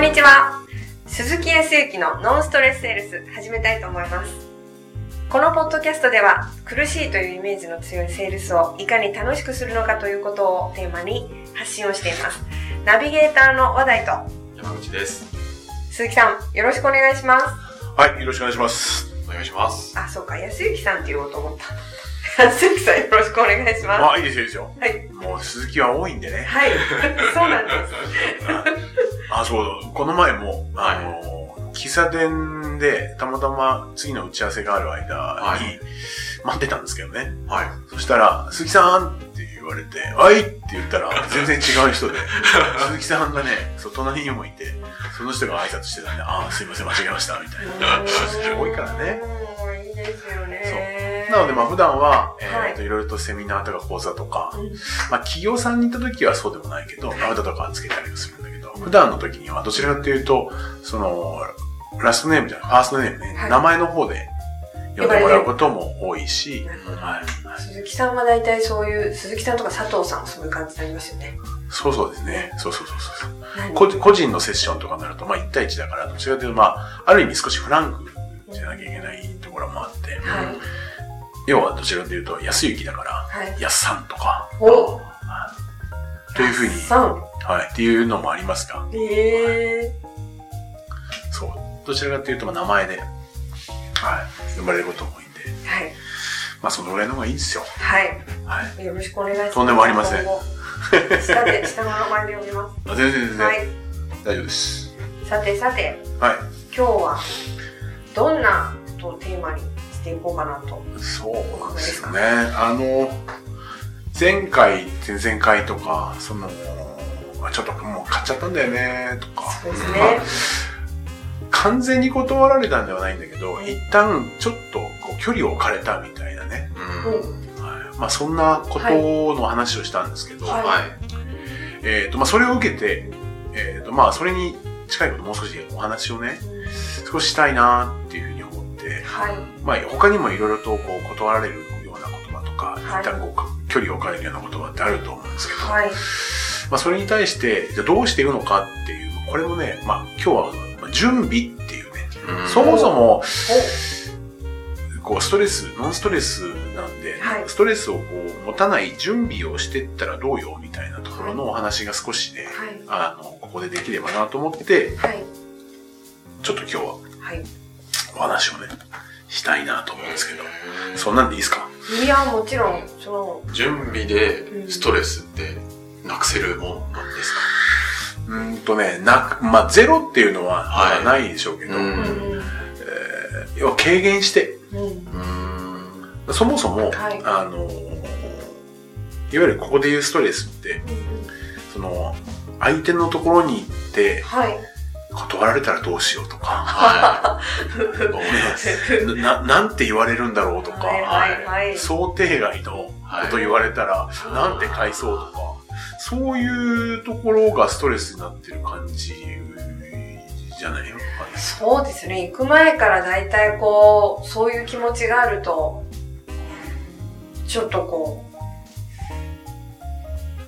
んにちは。鈴木康之のノンストレスセールス始めたいと思います。このポッドキャストでは苦しいというイメージの強いセールスをいかに楽しくするのかということをテーマに発信をしています。ナビゲーターの話題と山口です。鈴木さんよろしくお願いします。はい、よろしくお願いします。お願いします。あ、そうか、安幸さんって言おうと思った。 安幸さんよろしくお願いします。あ、いいですよ、いいですよ。はい。もう鈴木は多いんでね。はい。そうなんです。あ、そう、この前も、あの、喫茶店で、たまたま次の打ち合わせがある間に、はい待ってたんですけどね。はい。そしたら、鈴木さんって言われて、はいって言ったら、全然違 う人で、鈴木さんがね、そう隣にもいて、その人が挨拶してたんで、あー、すいません、間違えました、みたいな。 多いからね。うん、いいですよね。なので、まあ、普段は、えはいっと、いろいろとセミナーとか講座とか、うんまあ、企業さんに行った時はそうでもないけど、ラウダとかはつけたりするんだけど、普段の時にはどちらかというと、その、ラストネームじゃない、ファーストネームね、はい名前の方で呼んでもらうことも多いしなる、ほどはい。鈴木さんは大体そういう、鈴木さんとか佐藤さんそういう感じになりますよね。そうそうですね。そうそうそうそう何こ。個人のセッションとかになると、まあ、1対1だから、どちらかというと、まあ、ある意味少しフランクじゃなきゃいけないところもあって、はい。要はどちらかというと、安行だから、はい。安さんとか、おというふうに、さん。はい、っていうのもありますが、ええそう。どちらかというと、まあ名前で、はい、呼ばれることも多いんで、はい。まあ、そのぐらいの方がいいですよ。ははい。い。よろしくお願いします。とんでもありません今後。下で、下の名前で呼びまあ全然 全す。然、はい。大丈夫です。さてさて、はい。今日はどんなことをテーマにしていこうかなと。そうですね。あの、前回、前々回とか、その、あちょっともう買っちゃったんだよね、とか。そうですまあね。完全に断られたんではないんだけど、一旦ちょっとこう距離を置かれたみたいなね。うん。はい、まあそんなことの話をしたんですけど、はいはい。えーとまあ、それを受けて、えーとまあ、それに近いこともう少しお話をね少ししたいなっていうふうに思って、はい。まあ、他にもいろいろとこう断られるような言葉とか、はい一旦こう距離を置かれるような言葉ってあると思うんですけど、はい。まあ、それに対してじゃあどうしているのかっていうこれもね、まあ、今日はまあ準備っていうね、そもそもこうストレスノンストレスなんで、はいストレスをこう持たない準備をしてったらどうよみたいなところのお話が少しね、おはい。あの、ここでできればなと思って、はい。ちょっと今日ははい。お話をね、したいなと思うんですけど。うんそんなんでいいですかいや、もちろん、その、準備でストレスってなくせるもんなんですかうーんとね、なく、まあ、ゼロっていうのは、はいまあないでしょうけど、うんえー要は軽減して、うん。うん。そもそも、はいあの、いわゆるここで言うストレスって、その、相手のところに行ってはい。 断られたらどうしようとか、 はい。思います。な、なんて言われるんだろうとか、はいはいはい。想定外のこと言われたら、なんて返そうとか、そういうところがストレスになってる感じじゃないのかそうですね。行く前から大体こう、そういう気持ちがあると、ちょっとこう、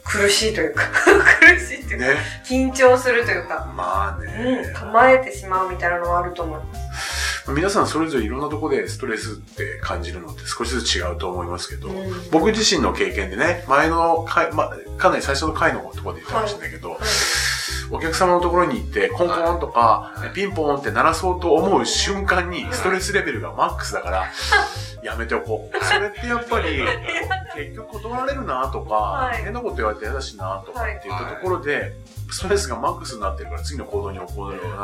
苦しいというか、 苦しいというか、ね。緊張するというか、まあうねん、。構えてしまうみたいなのはあると思います。皆さんそれぞれいろんなところでストレスって感じるのって少しずつ違うと思いますけど、うん僕自身の経験でね、前の回、まあ、かなり最初の回のところで言ったかもしれないけど、お客様のところに行って、コンコンとか、はいピンポンって鳴らそうと思う瞬間に、ストレスレベルがマックスだから、 やめておこう。それってやっぱり、結局断られるなとか、はい変なこと言われて嫌だしなとかって言ったところで、ストレスがマックスになってるから次の行動に行動がないとか、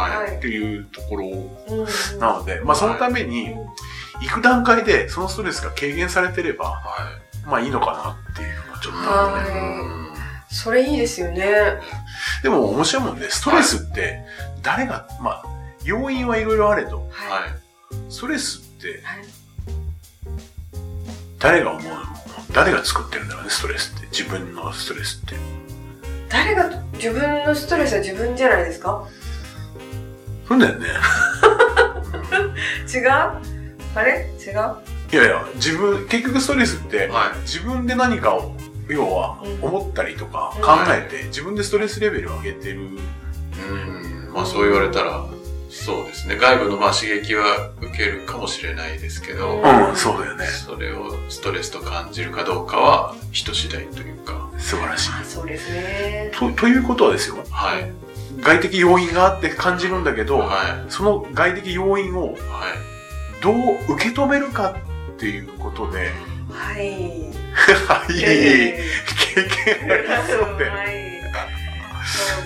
はい。はいっていうところうんうんなので、まあそのために、行く段階でそのストレスが軽減されてれば、は。まあいいのかなっていうのがちょっとあってねはいいうんそれいいですよね。でも面白いもんね、ストレスって、誰が、まあ、要因はいろいろあれど、は。はいい。ストレスってはい誰が思うの誰が作ってるんだろうね、ストレスって。自分のストレスって。誰が自分のストレスは自分じゃないですかそうだよね。違うあれ違う、いやいや、自分、結局ストレスって、はい。自分で何かを、要はうん思ったりとかうん考えて、自分でストレスレベルを上げてるうんうん、まあそう言われたら、そうですね。外部のまあ刺激は受けるかもしれないですけど、うん、そうだよね。それをストレスと感じるかどうかは人次第というか、素晴らしい。あそうですね。とということはですよ、はい、外的要因があって感じるんだけど、はその外的要因をい、はい。どう受け止めるかっていうことで、はい。はい、経験ありそうで、はい。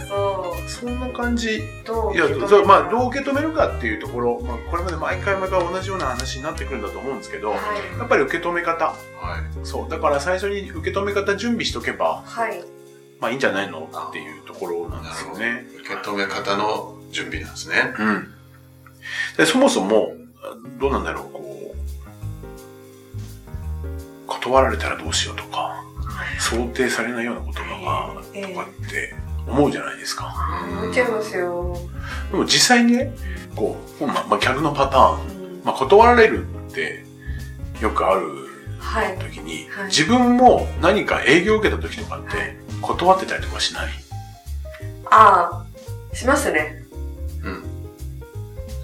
そうそそんな感じ。う。どうい受け止や、めるそうまあ、どう受け止めるかっていうところ、まあ、これまで毎回毎回同じような話になってくるんだと思うんですけど、やはい。っぱり受け止め方。はい。そう。だから最初に受け止め方準備しとけば、はい。まあいいんじゃないのっていうところなんですよね。受け止め方の準備なんですね。うん。でそもそも、どうなんだろう、こう、断られたらどうしようとか、想定されないような言葉が、えとえかって思うじゃないですか。思っちゃいますよ。でも実際にね、こう、まあ、まあ、逆のパターン、うんまあ、断られるってよくあるはい。時に、はい自分も何か営業を受けた時とかって、はい断ってたりとかしないああ、しますね。うん。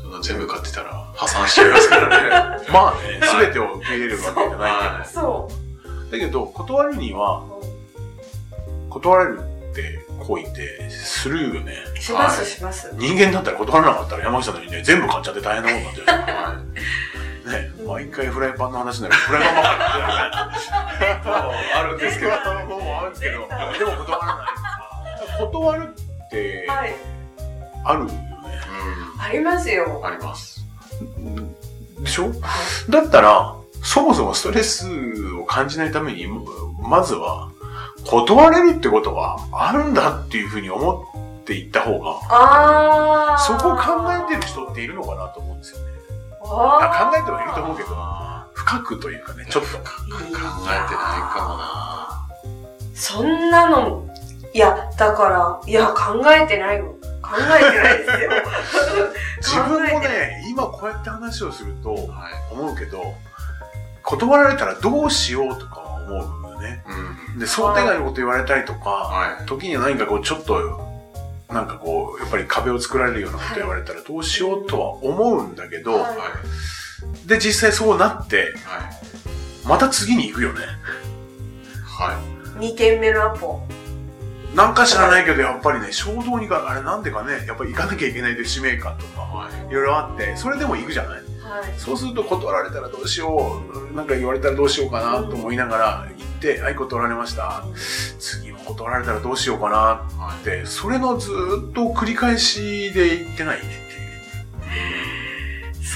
そんな全部買ってたら破産しちゃいますからね。 まあね、全てを受け入れるわけじゃないけそど。だけど、断るにはう、。断られるって行為ってするよね。しまはす、いします。人間だったら断らなかったら山口さんのようにね、全部買っちゃって大変なことになってはるじゃん。ねう、ん毎回フライパンの話になるフライパンばっか い。あるんですけど。り。もうあるんですけど、でも断らない。断るってはい。あるよね。うありますよん。。あります。でしょだったら、そもそもストレスを感じないために、まずは、断れるってことはあるんだっていうふうに思っていった方が、ああ。そこを考えてる人っているのかなと思うんですよね。ああー考えてはいると思うけど、深くというかね、ちょっと。考えてないかそんなの、いや、だから、いや、考えてないもん。考えてないですよ。 自分もね、今こうやって話をするともな。はい。思うけど、断られたらどうしようとかは思うよね。うん。で、想定外のこと言われたりとか、はい。時には何かこうちょっとなんかこうやっぱり壁を作られるようなこと言われたらどうしようとは思うんだけど、はいはい。で実際そうなってはい。また次に行くよねは2軒目のアポ。なんか知らないけどやっぱりね衝動にかあれなんでかねやっぱり行かなきゃいけないという使命感とかい。はい。いろいろあってそれでも行くじゃないはい。そうすると断られたらどうしようなんか言われたらどうしようかなと思いながら行って「はい断られました次も断られたらどうしようかな」はってそれのずっと繰り返しで行ってないっていう。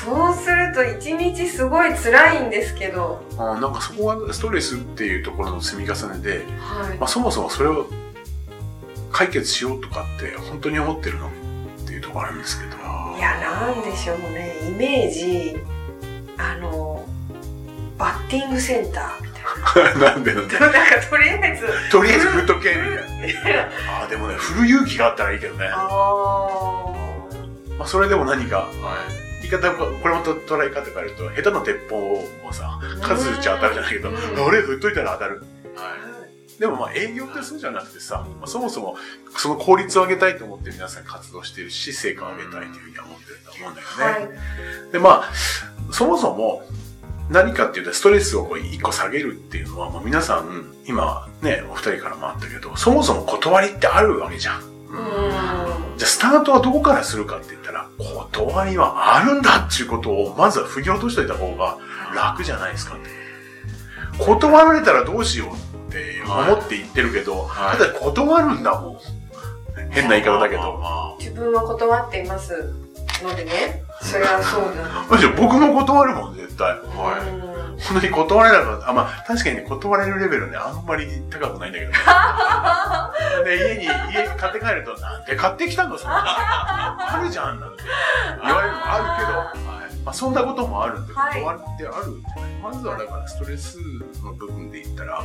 そうすると一日すごい辛いんですけど、あーなんかそこがストレスっていうところの積み重ねで、はいまあ、そもそもそれを解決しようとかって本当に思ってるのっていうところあるんですけど いや、なんでしょうね、イメージ、あの、バッティングセンターみたいなんでなんで な。なんかとりあえず、とりあえず振っとけみたいなみたいな。あーでもね振る勇気があったらいいけどね、あーまあ、それでも何かい。はい。言い方がこれもと捉え方変えると下手な鉄砲をさ数打ち当たるじゃないけど、うんあれ振っといたら当たるはでもまあ営業ってそうじゃなくてさ、まあ、そもそもその効率を上げたいと思って皆さん活動してるし成果を上げたいというふうには思ってると思うんだよね、はい。でまあそもそも何かっていうとストレスをこう一個下げるっていうのはもう皆さん今ねお二人からもあったけどそもそも断りってあるわけじゃん。うじゃあスタートはどこからするかって言ったら断りはあるんだっていうことをまずは振り落としといた方が楽じゃないですかって。断られたらどうしようって思って言ってるけど、はいただ断るんだもん。変な言い方だけまあど。まん自分は断っていますのでね、それはそうなん むしろ僕も断るもん、絶対。あはい。うん本当に断れなかった。あ、まあ、確かにね、断れるレベルね、あんまり高くないんだけど、 ね。で、家に、家買って帰ると、なんで買ってきたのそんなの。あるじゃん、なんて。言われるのもあるけど、はいまあ、そんなこともあるんで、はい断ってあるんじゃないまずはだから、ストレスの部分で言ったら、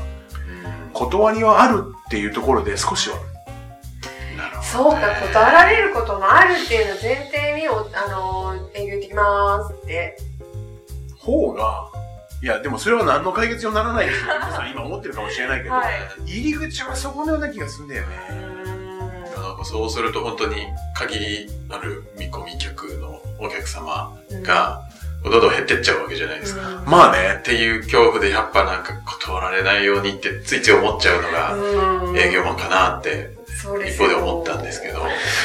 断りはあるっていうところで少しは。なるほそうか、断られることもあるっていうのを前提にお、あのー、営業行ってきまーすって。ど。方が、いや、でもそれは何の解決にもならないですよ。皆さん今思ってるかもしれないけど、はい入り口はそこのような気がするんだよね。うーんいやだもうそうすると本当に限りある見込み客のお客様がどんどん減ってっちゃうわけじゃないですか。うんまあねっ、ていう恐怖でやっぱなんか断られないようにってついつい思っちゃうのがうん営業マンかなってそうで一すよ方で思ったんですけど。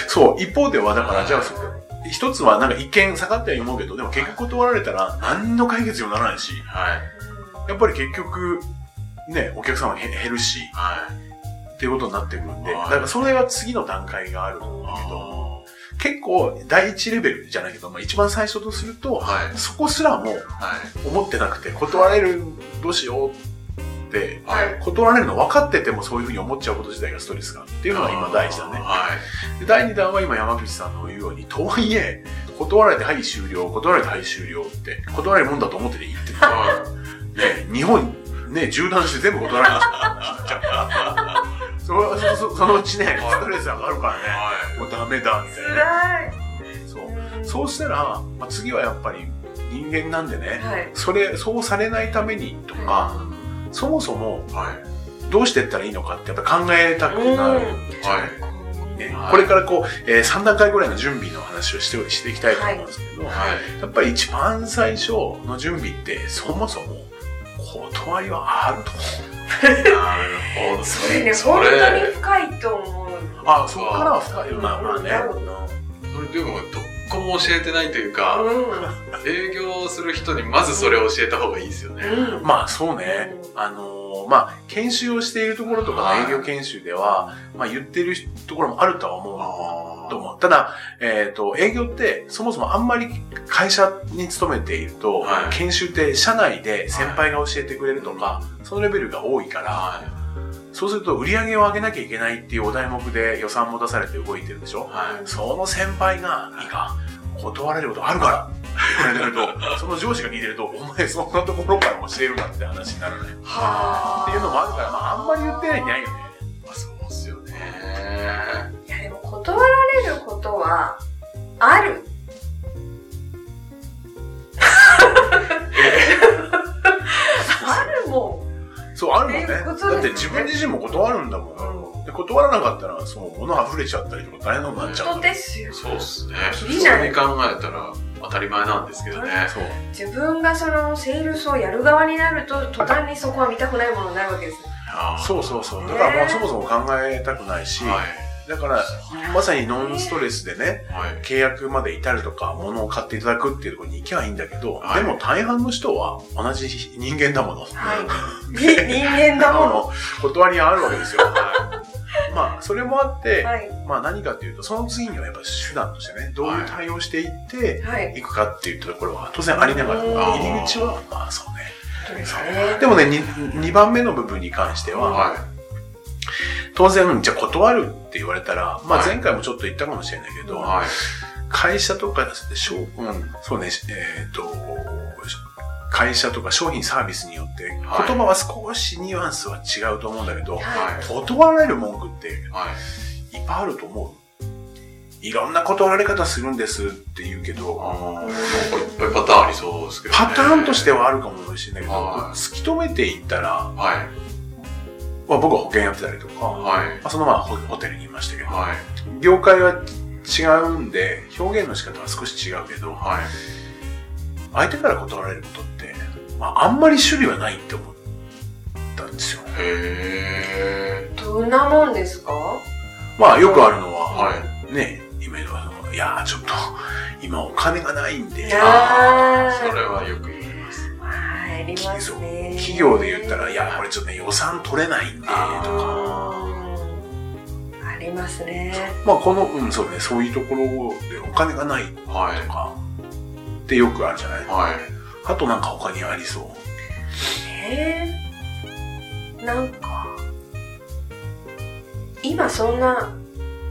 そう、一方ではだから、じゃあ、う一つはなんか一見下がったように思うけど、でも結局断られたら何の解決にもならないし、はい。んやっぱり結局、ね、お客さんは減減るし、はい。っていうことになってくるんで、はいだからそれは次の段階があると思うんだけど、は結構第一レベルじゃないけど、まあ、一番最初とすると、い。そこすらもはい。思ってなくて、断られる、どうしようって、はい。断られるの分かっててもそういうふうに思っちゃうこと自体がストレスがあるっていうのが今第一弾ね。はい。で第2弾は今山口さんの言うように、とはいえ、断られてはい終了、断られてはい終了って、断られるもんだと思ってていいって。はね、日本、ね、縦断して全部断られますから。そのそそのうちね、ストレス上がるからい。ね、もうダメだみたいな。辛いそうそうしたら、まあ、次はやっぱり人間なんでね、はいそれ、そうされないためにとか、そもそもはい。どうしていったらいいのかってやっぱ考えたくなる。はい。ねはいこれからこう、え3段階ぐらいの準備の話をしてしていきたいと思うんですけど、はい。やっぱり一番最初の準備ってそもそも断りはあるとなるほど。それね本当に深いと思うあそこからは深いうんまあまあね、うんそれでもどこも教えてないというか、う営業する人にまずそれを教えた方がいいですよね。んうんまあそうね、あのーまあ研修をしているところとかはのい営業研修では、まあ言ってるところもあるとは思うあと思う。ただ、えっ、と、営業って、そもそもあんまり会社に勤めていると、はい研修って社内で先輩が教えてくれるとか、そのレベルが多いから、はそうすると売り上げを上げなきゃいけないっていうお題目で予算も出されて動いてるでしい。ょはその先輩が、いいか、断られることあるからって言われてると、その上司が聞いてると、お前そんなところから教えるなって話になるね。はあっていうのもあるから、まああんまり言ってないんじゃないよね。い。まあ、そうですよね。いやでも断られることはあるあるもんそう、あるもんね。えだそうですよねって自分自身も断るんだもん。で断らなかったら、その物溢れちゃったりとか大変なことになっちゃう人んだです よそうですね。普いい通じゃんに考えたら当たり前なんですけどね。そう。自分がそのセールスをやる側になると途端にそこは見たくないものになるわけですあーそうそうそう。だからもうそもそも考えたくないし、はい。だから、まさにノンストレスでね、はい。契約まで至るとか、物を買っていただくっていうところに行きゃいいんだけど、はいでも大半の人は同じ人間だも の。はいに人間だものの断りはあるわけですよ。は まあ、それもあって、はいまあ何かっていうと、その次にはやっぱ手段としてね、どういう対応していって、はいいくかっていうところは当然ありながら、うん入り口は、まあそうね。そうですねでもね、2番目の部分に関してい。は、はい。当然、じゃあ断るって言われたら、まはあい前回もちょっと言ったかもしれないけど、はい。会社とか、商うん、そうね、えっ、と、会社とか商品サービスによって、言はい葉は少しニュアンスは違うと思うんだけど、は断られる文句ってはい。いっぱいあると思ういろんな断られ方するんですって言うけど、ああ、いっぱいパターンありそうですけど、ね。パターンとしてはあるかもしれないけど、はい突き止めていったら、はい。まあ、僕は保険やってたりとか、まはい。あ、そのままホホテルにいましたけど、はい。業界は違うんで、表現の仕方は少し違うけど、はい。相手から断られることって、まあ、あんまり種類はないって思ったんですよ。へえ。どんなもんですかまあ、よくあるのは、はい。ね、今言うのはそのいやー、ちょっと、今お金がないんで、あーそれはよく言います。入りますそうね企業で言ったら、いや、これちょっとね、予算取れないんで、とか。うんありますねまあ、この、うん、そうね、そういうところでお金がないとはい。か、ってよくあるじゃないはい。あとなんか他にありそう。えー、なんか今そんな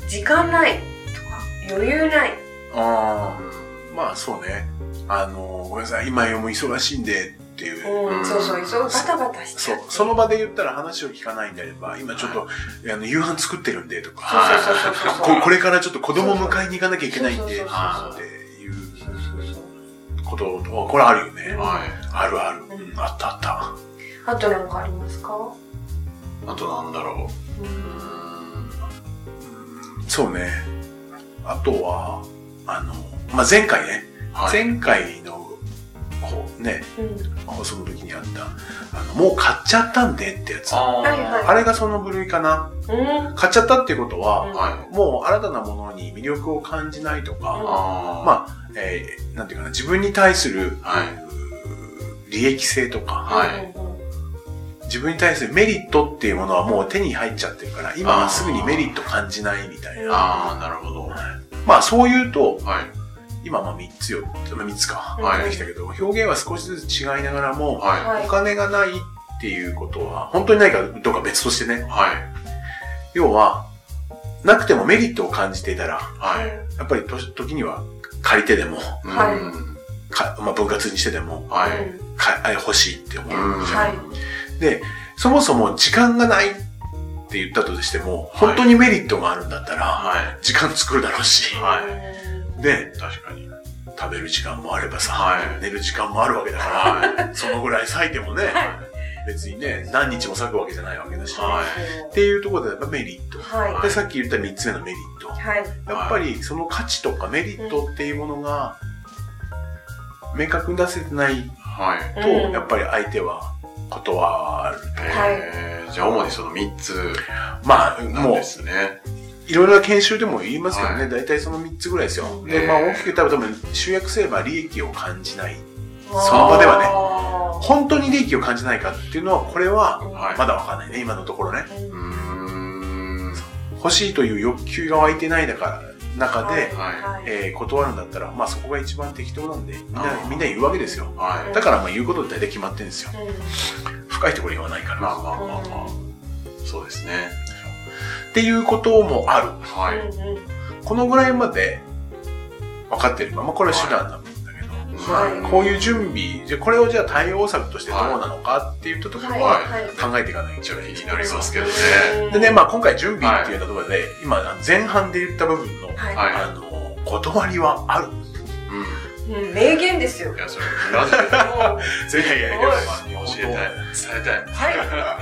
時間ないとか余裕ないああ。まあ、そうね。あの、ごめんなさい、今読む忙しいんで、っていう。うん、うんそうそうそうバタバタしちそゃううそその場で言ったら話を聞かないんであれば今ちょっと、あの夕飯作ってるんでとか、はうそうそうそうここれからちょっと子供迎えに行かなきゃいけないんでそうそうそうそうあーっていそうそうそううこととこれあるよねはい。あるある、うん、あったあったあとなんかありますかあとなんだろう。ううーんん。うんそうね。あとは、あの、まあ、前回ね、はい。前回の、ほね、うん。放送の時にあった、あの、もう買っちゃったんでってやつ。ああーはいはいれがその部類かな。うん。買っちゃったっていうことは、はい。もう新たなものに魅力を感じないとか、あまあ、えーなんていうかな、自分に対する、はいうー利益性とか、はい自分に対するメリットっていうものはもう手に入っちゃってるから、今はすぐにメリット感じないみたいあな。ああ、なるほど。まあそう言うと、はい。今まあ3つよ、3つか、はい出てきたけど、表現は少しずつ違いながらも、ははいお金がないっていうことは、本当にないかどうか別としてい。ね、はい。要は、なくてもメリットを感じていたら、はい。やっぱりと時には借りてでも、うんはいかまあ、分割にしてでも、はうい。んかあれ欲しいって思う。うんはいで、そもそも時間がないって言ったとしても、本当にメリットがあるんだったら、は時間作るだろうしい。、はで、い。確かに。食べる時間もあればさ、はい寝る時間もあるわけだかはら、そのぐらい割いてもね、別にね、何日も割くわけじゃないわけだし、はっていうところでやっぱメリット。はい。で、さっき言った3つ目のメリット。はい。やっぱりその価値とかメリットっていうものが、明確に出せてないい。はい。と、うんやっぱり相手は断る。えーじゃあ主にその3つまあ、なんもうで、すね。いろいろな研修でも言いますけどね、は大体その3つぐらいですよ。うんで、まあえー大きく多分多分集約すれば利益を感じない。あーその場ではねは本当に利益を感じないかっていうのは、これははいまだわかんないね、今のところね。うーん。欲しいという欲求が湧いてないだから、中で、はいえー断るんだったら、まあそこが一番適当なんで、みんあなーみんな言うわけですよ。はい。だからまあ言うことで大体決まってるんですよ。うん深いところ言わないから。まあまあまあまあ。そうですね。っていうこともある。はい。ううんうんこのぐらいまで分かってれば、まあこれは手段なんだけんど、はいこういう準備、じゃあこれをじゃあ対応策としてどうなのかっていったところははいはい考えていかないちとょっいとけ気なにないりますけどね。でね、まあ今回準備っていうところで、今あの前半で言った部分の、はいはいあの、断りはある。ううん名言ですよん。い。や、それ、ラジオでももういやいやいやに教えたい。伝えたい。は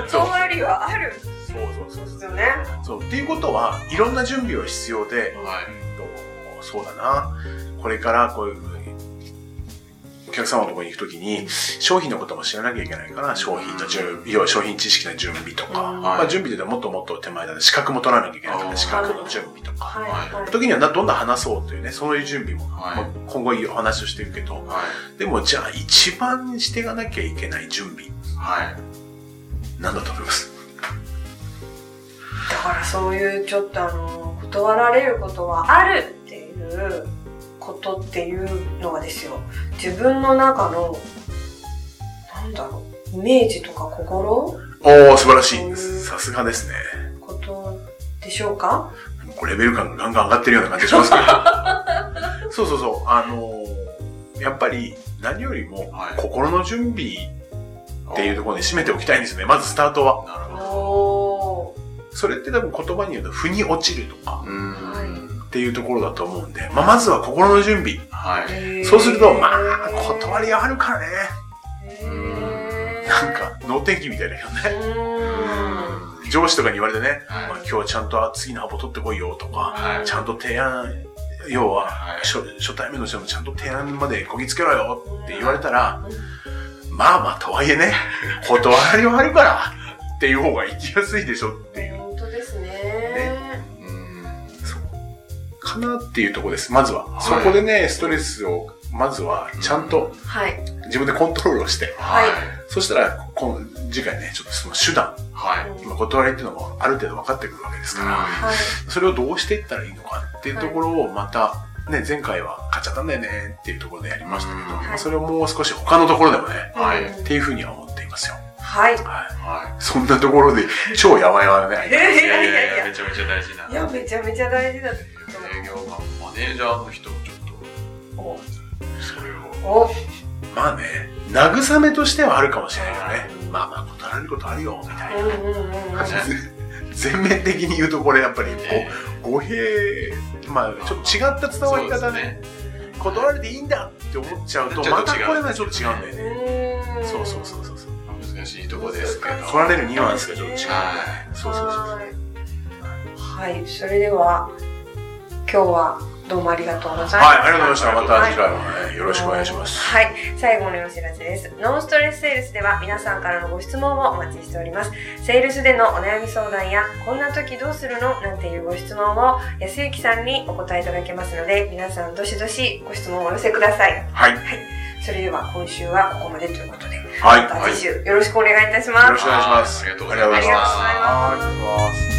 い。断りはある。そうそそううそでうすそよう。ね。そう、っていうことは、いろんな準備は必要で、はい。うんとそうだな。これからこういうふうに、お客様のところに行くときに、商品のことも知らなきゃいけないから、商品の準備、要は商品知識の準備とか、うんまあ準備でもっともっと手前だね、資格も取らなきゃいけないから、あー資格の準備とか。はいはい。時にはなどんな話そうというね、そういう準備も、はいまあ今後いいお話をしていくけど、はでもじゃあ一番していかなきゃいけない準備、い。はい。なんだと思いますだからそういうちょっとあの断られることはあるっていうことっていうのはですよ自分の中のなんだろうイメージとか心おー、素晴らしうんい。さすがですね。ことでしょうかこうレベル感がガンガン上がってるような感じがしますけ ど。そうそうそう。あのーやっぱり何よりもはい心の準備っっていうとところで締めておきたいんですね。まずスタートは。なるほど。おそれって多分言葉に言うと、腑に落ちるとかうーん。っていうところだと思うんで、まあ、まずは心の準備。はい。そうすると、まあ、断りがあるからね。なんか、能天気みたいだよね。上司とかに言われてね、はいまあ、今日はちゃんと次のアポ取ってこいよとか、はいちゃんと提案、要は、はい初初対面の人もちゃんと提案までこぎつけろよって言われたら、まあまあとはいえね、断りはあるからっていう方が行きやすいでしょっていう。本当ですねうーそうかなっていうところです、まずは。はいそこでね、ストレスを、まずはちゃんとはい自分でコントロールをして、んはい。そしたら、この次回ね、ちょっとその手段、はい。今断りっていうのもある程度分かってくるわけですから、ははいそれをどうしていったらいいのかっていうところをまた、ね、前回は買っちゃったんだよねっていうところでやりましたけど、うんはいそれをもう少し他のところでもね、はいっていうふうには思っていますよ。はいはい。はそんなとこ ろで、超やばいわいね。やい。いやいやいや。めちゃめちゃ大事ないや、めちゃめちゃ大事だと営業マン、マネージャーの人もちょっ思う。と、それを。お、まあね、慰めとしてはあるかもしれないよね。まあまあ、断られることあるよ、みたいうんうんうんうん。な。全面的に言うと、これやっぱりえご、語弊、まあ、ちょっと違った伝わり方そうですね。ね断られていいんだって思っちゃうと、ちょまっと違うたこれがちょっと違うんだよね。うんそうそうそうそうそう。難しいとこですけど。取られるニュアンスがちょっと違う。はそうそうそう。はーい。はい、それでは、今日はどうもありがとうございました。はい、ありがとうございました。またはい次回もね、よろしくお願いします。はい、最後のお知らせです。ノンストレスセールスでは皆さんからのご質問をお待ちしております。セールスでのお悩み相談や、こんな時どうするのなんていうご質問を安幸さんにお答えいただけますので、皆さんどしどしご質問をお寄せください。はい、それでは今週はここまでということで、はい、まはたい。次よ週よろしくお願いいたします。ろしくお願いします。ありがとうございますありがとうございますありがとうございます。